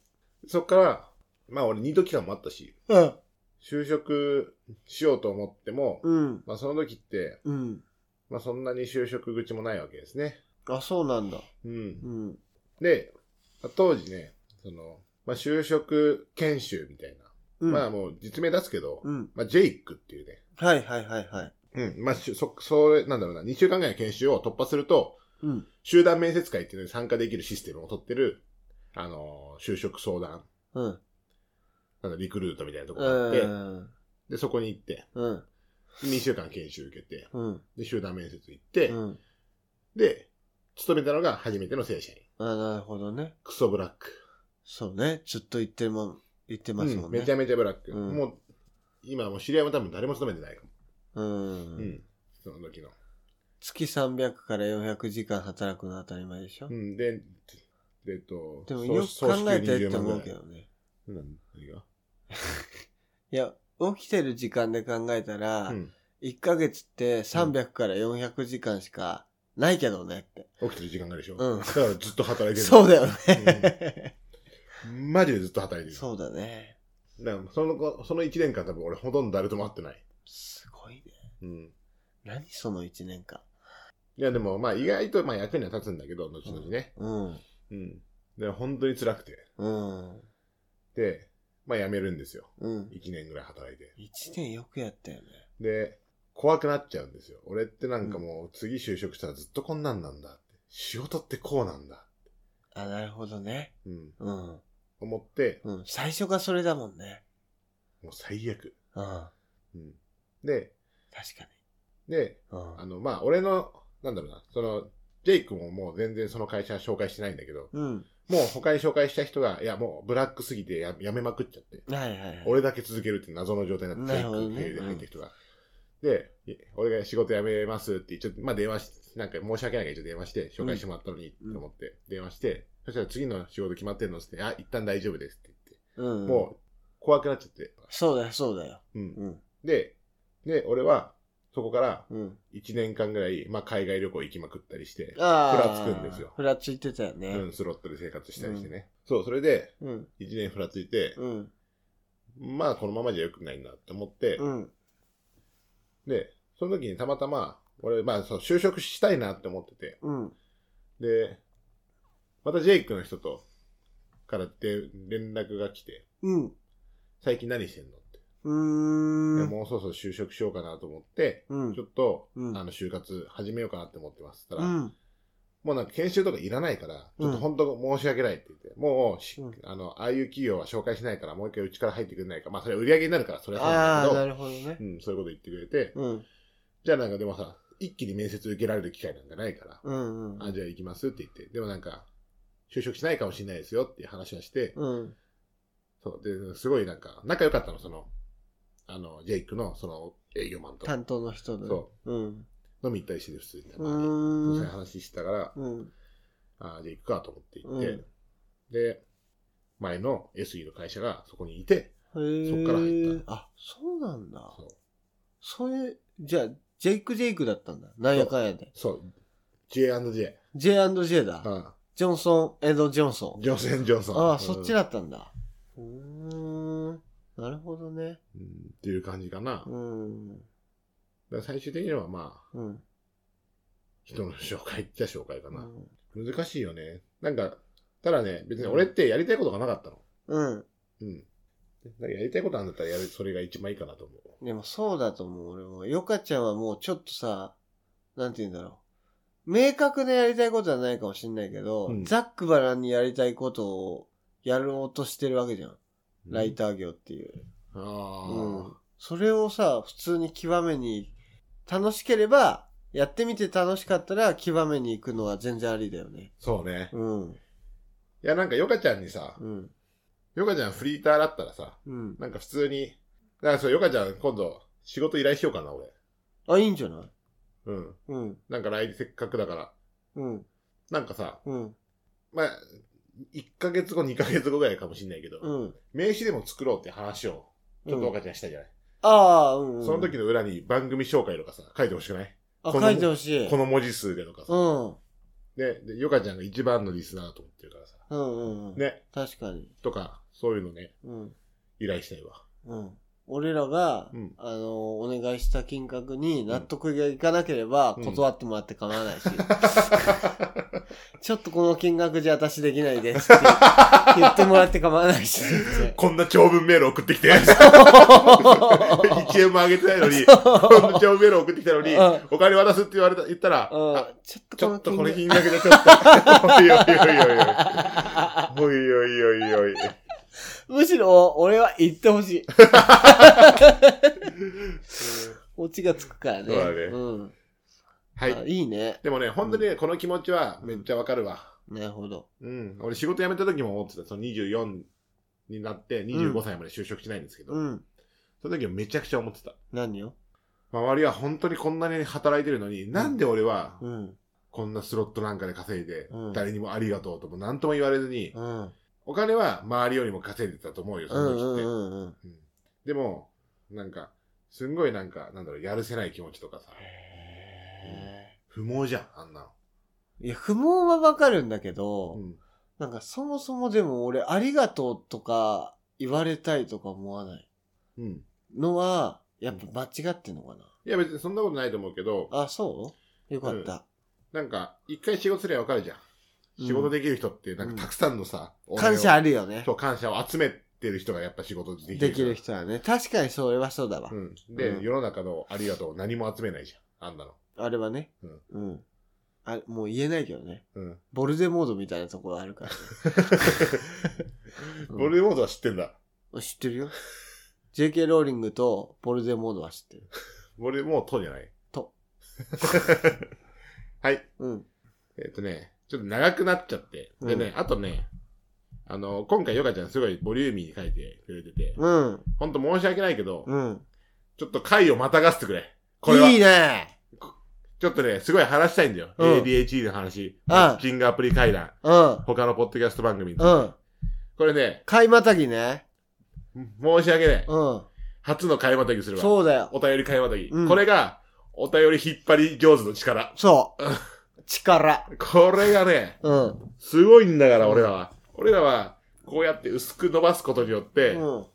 そっから、まあ俺二度期間もあったし、うん。就職しようと思っても、うん。まあその時って、うん。まあそんなに就職口もないわけですね。あ、そうなんだ。うんう。ん。で、まあ当時ね、その、まあ就職研修みたいな。うん。まあもう実名出すけど、うん。まあジェイクっていうね、はいはいはいはい。うん。まあ、しゅそ、それ、なんだろうな、2週間ぐらいの研修を突破すると、うん。集団面接会っていうのに参加できるシステムを取ってる、あのー就職相談、うん。なんだ、リクルートみたいなとこうろがあって、ん。で、そこに行って、うん。 2週間研修受けて、うん。で、集団面接行って、うん。で、勤めたのが初めての正社員。あ、なるほどね。クソブラック。そうね。ずっと言ってるもん、言ってますもうんんね。めちゃめちゃブラック。うんもう、今もう知り合いも多分誰も勤めてないかも。うん。うん。その時の。月300から400時間働くのは当たり前でしょ。うん。で、で、えっと、でも総よく考えてって思うけ。総支給20万ぐらいどね。うん何がいや、起きてる時間で考えたらう、ん。 1ヶ月って300から400時間しかないけどねって。起きてる時間があるでしょ。うんだからずっと働いてる。 そうだよね。うんマジでずっと働いてる。そうだね。だからその子、その1年間多分俺ほとんど誰とも会ってない。すごいね。うん。何その1年間。いやでもまあ意外とまあ役には立つんだけど、後々ね。うん。うん。で、本当に辛くて。うん。で、まあ辞めるんですよ。うん。 1年ぐらい働いて。 1年よくやったよね。で、怖くなっちゃうんですよ。俺ってなんかもう次就職したらずっとこんなんなんだって。仕事ってこうなんだ。あ、なるほどね。うん。うん。思って、うん。最初がそれだもんね。もう最悪。うん。うん。で、確かに。で、うんあの、まあ俺の、なんだろうな、その、ジェイクももう全然その会社紹介してないんだけど、うん。もう他に紹介した人が、いやもうブラックすぎてややめまくっちゃって、はいはいはい。俺だけ続けるって謎の状態になって、なるほどねジェイク経由で入った人が。で、い俺が仕事辞めますって、ちょっと、まあ電話し、なんか申し訳ないから一応電話して、紹介してもらったのにうんと思って、電話して、そしたら次の仕事決まってるのっつって、あ、一旦大丈夫ですってうん。言って、もう怖くなっちゃって、そうだよ、そうだよ。うん。うん。で、で、俺は、そこからうん。 1年間ぐらい、まあ海外旅行行きまくったりして、ああ。ふらつくんですよふらついてたようね。ん、スロットで生活したりしてね。そう、それで、うん。 1年ふらついて、うん。まあこのままじゃ良くないなって思って、うん。で、その時にたまたま、俺、まあ、そう、就職したいなって思ってて、うん。で、またジェイクの人と、からで連絡が来て、うん。最近何してんのって。うでーん。もうそろそろ就職しようかなと思って、うんちょ。っと、うんあの、就活始めようかなって思ってます。たら、うん。もうなんか研修とかいらないから、ちょっと本当申し訳ないって言って、もうし、うんあの、ああいう企業は紹介しないから、もう一回うちから入ってくれないか、まあそれ売り上げになるから、それはそうなんあだあ、な、るけどほどねう。ん、そういうこと言ってくれて、うん。じゃあなんかでもさ、一気に面接受けられる機会なんじゃないから、うん。うんあ、じゃあ行きますって言って、でもなんか、就職しないかもしれないですよっていう話はして、うん。そう、で、すごいなんか、仲良かったの、その、あの、ジェイクの、その、営業マンと担当の人の。そうん。飲み行ったりしてる、普通にたうまに。そういー。うん話してたから、うん。ああ、じゃあ行くかと思って行って、うんで、前の SE の会社がそこにいて、へえ。そっから入ったあ、そうなんだ。そう、そういう、じゃあ、ジェイク・ジェイクだったんだ。なんやかんやで。そう、J&J、 J&J だ。あジョンソン・エド・ジョンソンあ。ジョンセン・ジョンソン。ああ、そっちだ。だったんだ。うーん。なるほどね。うんっていう感じかうな。だかん。ら最終的にはまあ、うん。人の紹介っ ちゃ紹介かうな。ん。難しいよね。なんか、ただね、別に俺ってやりたいことがなかったの。うん。うん。なんかやりたいことあるんだったらやる、それが一番いいかなと思う。でもそうだと思う、俺も。ヨカちゃんはもうちょっとさ、なんて言うんだろう。明確なやりたいことはないかもしんないけど、うんざっくばらんにやりたいことをやろうとしてるわけじゃん。ライト。ター業っていう。あうんあ。。それをさ、普通に極めに、楽しければ、やってみて楽しかったら極めに行くのは全然ありだよね。そうね。うん。いや、なんかヨカちゃんにさう、ん。ヨカちゃんフリーターだったらさ、うん。なんか普通に、なんかそう、ヨカちゃん今度仕事依頼しようかな、俺。あ、いいんじゃないうん。うん。なんか来、せっかくだから。うん。なんかさ、うん。まあ、1ヶ月後、2ヶ月後ぐらいかもしんないけど、うん。名刺でも作ろうって話を、ちょっとヨカちゃんしたじゃない、ああ、うん、うん。その時の裏に番組紹介とかさ、書いてほしくないあ、この書いてほしい。この文字数でとかさ。うん。ね、で、ヨカちゃんが一番のリスナーと思ってるからさ。うんうんうん。。ね、確かに。とか、そういうのね、うん。依頼したいわ。うん。俺らが、うんあの、お願いした金額に納得がいかなければ、うん 断ってもらって構わないし。 ちょっとこの金額じゃ私できないですって言って もらって構わないし。こんな長文メール送っ てきて。1円もあげてないのに、こんな長文メール送ってきたのにうん、お金渡すって言われた、言ったら、うんあちょっとちこょのっと金これ額。金 額じゃちょっと。おいおいおいおい。おいおいおいおい。むしろ、俺は言ってほ しい。オチがつくからね。そうだねん。はあ。いいいね。でもね、本当にね、この気持ちはめっちゃわかるわ。なるほど。うん。俺仕事辞めた時も思ってた。その24になって25歳まで就職しないんですけど、うん。その時もめちゃくちゃ思ってた。何よ周りは本当にこんなに働いてるのに、なんで俺はうん。こんなスロットなんかで稼いでうん、誰にもありがとうとも何とも言われずに、うん。お金は周りよりも稼いでたと思うよ、そうんうの時って。んうん。うんでも、なんか、すんごいなんか、なんだろう、やるせない気持ちとかさ、不毛じゃん、あんなの。いや、不毛はわかるんだけど、うんなんかそもそもでも俺、ありがとうとか言われたいとか思わないうん。のは、やっぱ間違ってんのかな。いや別にそんなことないと思うけど、あ、そうよかった。なんか、一回仕事すればわかるじゃん。仕事できる人って、なんうんかたくさんのさ、俺を感謝あるよねそ。う、感謝を集めてる人がやっぱ仕事できる。できる。人はね。確かにそれはそうだわ。うん。で、うん世の中のありがとうを何も集めないじゃん、あんなの。あれはね。ううんん。あもう言えないけどね。うん。ボルデモードみたいなところある から。うんボルデモードは知ってんだ。知ってるよ。JK ローリングとボルデモードは知ってる。ボルデモードじゃない。と。はい。うん。 えっ、とね、ちょっと長くなっちゃって。でね、あとね、あの、今回ヨカちゃんすごいボリューミーに書いてくれてて、うん。ほんと申し訳ないけど、うん。ちょっと回をまたがせてくれ。これは、いいねちょっとね、すごい話したいんだよ。うん ADHD の話、うんマッチングアプリ会談、うん。他のポッドキャスト番組、うん。これね、買いまたぎね。申し訳ない。うん。初の会またぎするわ。そうだよ。お便り会またぎ。うんこれが、お便り引っ張り上手の力。そう。力。これがね、うん。すごいんだから、俺らは。俺らは、こうやって薄く伸ばすことによって、うん。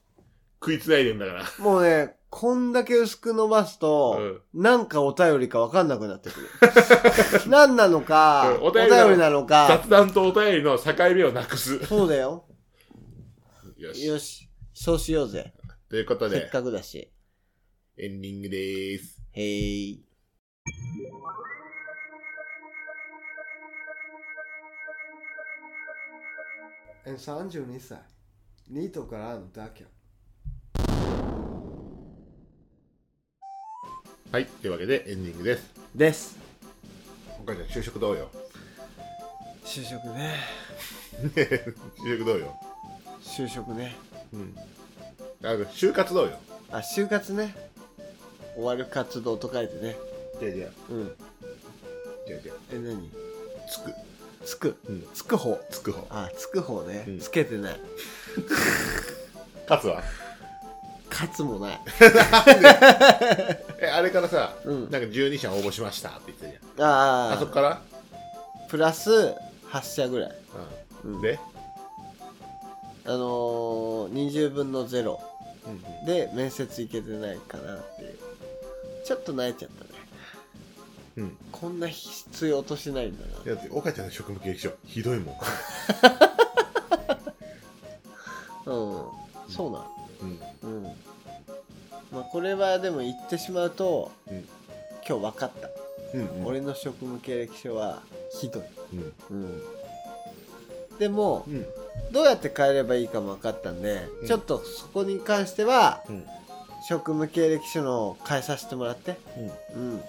食いつないでんだから。もうね、こんだけ薄く伸ばすと、なんかお便りかわかんなくなってくる。 何なのか、うんおお便便りりななののか、雑談とお便りの境目をなくす。そうだよ。よし。よし、そうしようぜ。ということせっで、かくだし。エンディングでーす。へい。32歳、ニートからの脱却。はい。というわけで、エンディングです。です。お母ちゃん、就職どうよ。 就職ね。就職どうよ。就職ね。うん。あ、就活どうよ。あ、就活ね。終わる活動と書いてね。じゃあじゃあ、うん。じゃあじゃえ、何あ、つく。つく。うん。つく方。つく方。あ、つく方ね。うんつけてない。勝つわ。勝つもない。え、あれからさ、うんなんか12社応募しましたって言ってたじゃん。あああそこからプラス8社ぐらい。うん。うんで、あのー、20分の0うん、で面接行けてないかなっていう。ちょっと泣いちゃったね。うん。こんな必要としないんだな。だって、岡ちゃんの職務経歴書、ひどいもん。うん。そうなうの。ん。うん。まあ、これはでも言ってしまうと、うん今日分かった。うん俺の職務経歴書はひどい。うん。うん。でも、うん。どうやって変えればいいかも分かったんで、うんちょっとそこに関してはうん。職務経歴書の変えさせてもらって、うん。うん、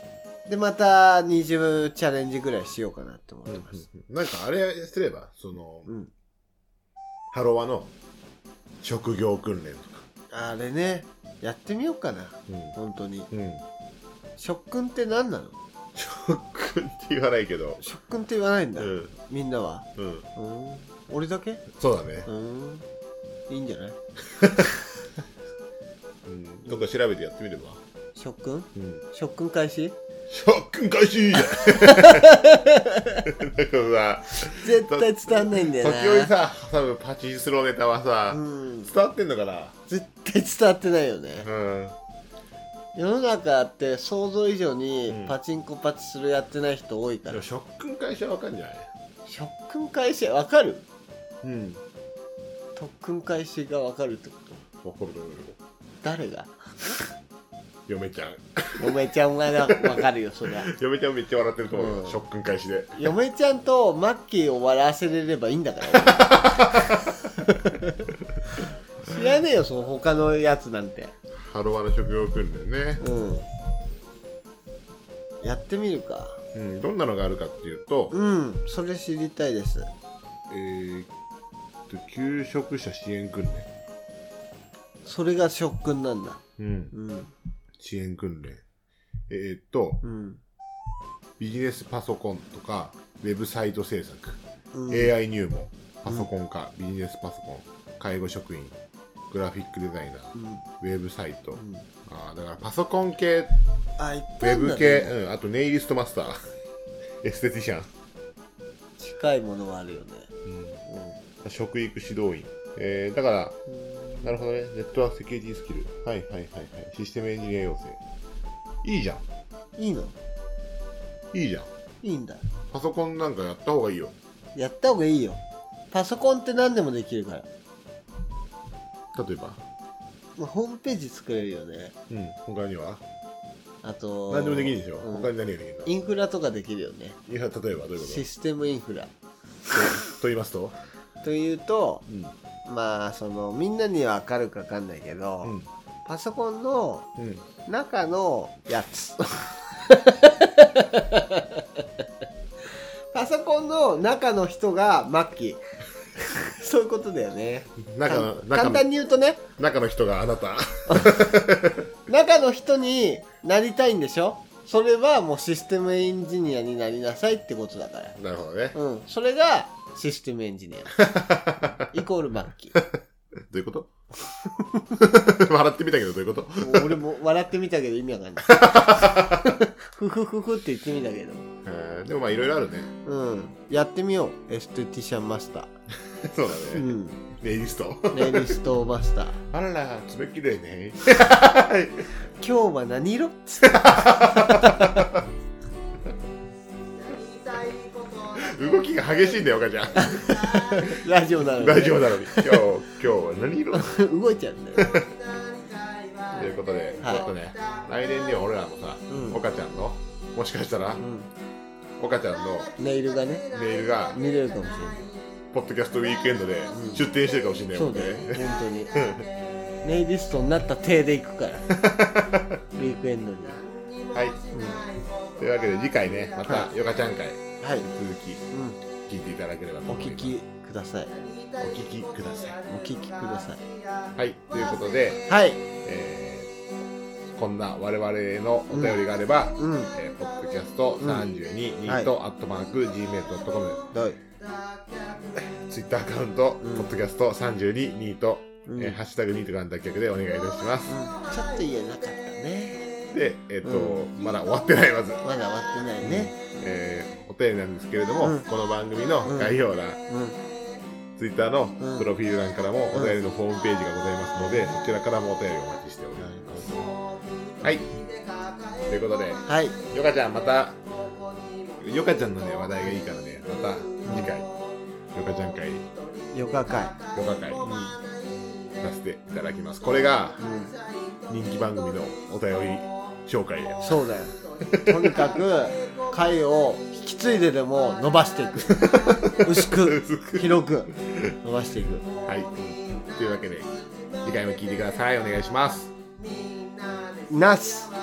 でまた20チャレンジぐらいしようかなと思っうんてます、なんかあれすればその、うんハロワの職業訓練とか、あれねやってみようかな本当にうん職訓って何なの職訓って言わないけど職訓って言わないんうだ、んみんなはうんうん俺だけそうだねうんいいんじゃないうんどっか調べてやってみれば職訓うん職訓開始職訓開始だからさ絶対伝わんないんだよな時折さ多分パチスロネタはさ、うん、伝わってんのかな絶対伝わってないよね、うん世の中って想像以上にうんパチンコパチスロやってない人多いかでら、も職訓開始はわかんじゃない特訓開始わかるうん。特訓開始がわかるってことわかるだろうよ。誰が嫁ちゃん。嫁ちゃんがなわかるよそりゃ嫁ちゃんめっちゃ笑ってると思うよ。うんショックン開始で。嫁ちゃんとマッキーを笑わせれればいいんだから俺知らねえよその他のやつなんてハロワの職業訓練ね。うんやってみるかうん。どんなのがあるかっていうと、うんそれ知りたいですえーっと、求職者支援訓練。それがショックンなんだうん。うん支援訓練。えーっと、うん、ビジネスパソコンとか、ウェブサイト制作、うん、 AI 入門、パソコン化、ビジネスパソコン、介護職員、グラフィックデザイナうー、んウェブサイト、うんあーだからパソコン系、あいっウぱいあェんだねブ系、うん、あとネイリストマスター、 エステティシャン、近いものはあるよね食育指導員、えーだから、うんなるほどね、ネットワークセキュリティスキル、はいはいはいはい、システムエンジニア養成。いいじゃん、いいのいいじゃん。いいんだパソコンなんかやった方がいいよ。やった方がいいよパソコンって何でもできるから例えば、まあホームページ作れるよねうん、他にはあと何でもできるんですよ。うん他に何ができるのインフラとかできるよねいや、例えばどういうことシステムインフラとと言いますと、というとうん、まあそのみんなには分かるか分かんないけど、うん、パソコンのうん。中のや つパソコンの中の人がマッキー そういうことだよね中の、かん中簡単の、に言うとね中の人があなた。 中の人になりたいんでしょそれはもうシステムエンジニアになりなさいってことだからなるほどね。うんそれがシステムエンジニア イコールマッキーどういうこと 笑ってみたけどどういうこともう俺も笑ってみたけど意味わかん ないふふふふって言ってみたけどえーでもまあいろいろあるね。 うんやってみようエステティシャンマスターそうだうね。んネイリスト。 ネイリストマスターあらら、爪きれいね。今日は何色言いたいこと動きが激しいんだよ、岡ちゃん。 ラジオなのラでジ オなのに。今日、今日は何色と動いちゃうんだよいう ことで、はいちょっとね、来年には俺らもさう、ん岡ちゃんの、もしかしたらう、ん岡ちゃんのネイルがねメールが、見れるかもしポッドキャストウィークエンドで出展してるかもしれなれないいそもうんだよね。本当にネイリストになった体で行く からウィークエンドに はい。というわけで、次回ね、また、ヨカちゃん会、はい、続き、う聞いていただければとん、お思い聞ます。きくださいお聞きください。お聞きくださいはい、ということで、はいえーこんな我々へのお便りがあれば、うんえーポッドキャスト32、ニートアットマーク Gmail.com どうツイッターアカウント、うんポッドキャスト32ニート、うんえーハッシュタグニートから脱却でお願いいたします、うんちょっと言えなかったねでえっ、と、うまだ終わってないまず、まだ終わってないねえーお便りなんですけれども、うんこの番組の概要欄、うんツイッターのうんプロフィール欄からもお便りのホームページがございますので、そちらからもお便りお待ちしておりますはいということではいヨカちゃんまたヨカちゃんのね話題がいいからねまた次回ヨカちゃん会ヨガ会ヨカ会させていただきますこれが人気番組のお便り紹介だよそうだよとにかく会を引き継いででも伸ばしてい く薄く広く伸ばしていくはいというわけで次回も聞いてくださいお願いしますナス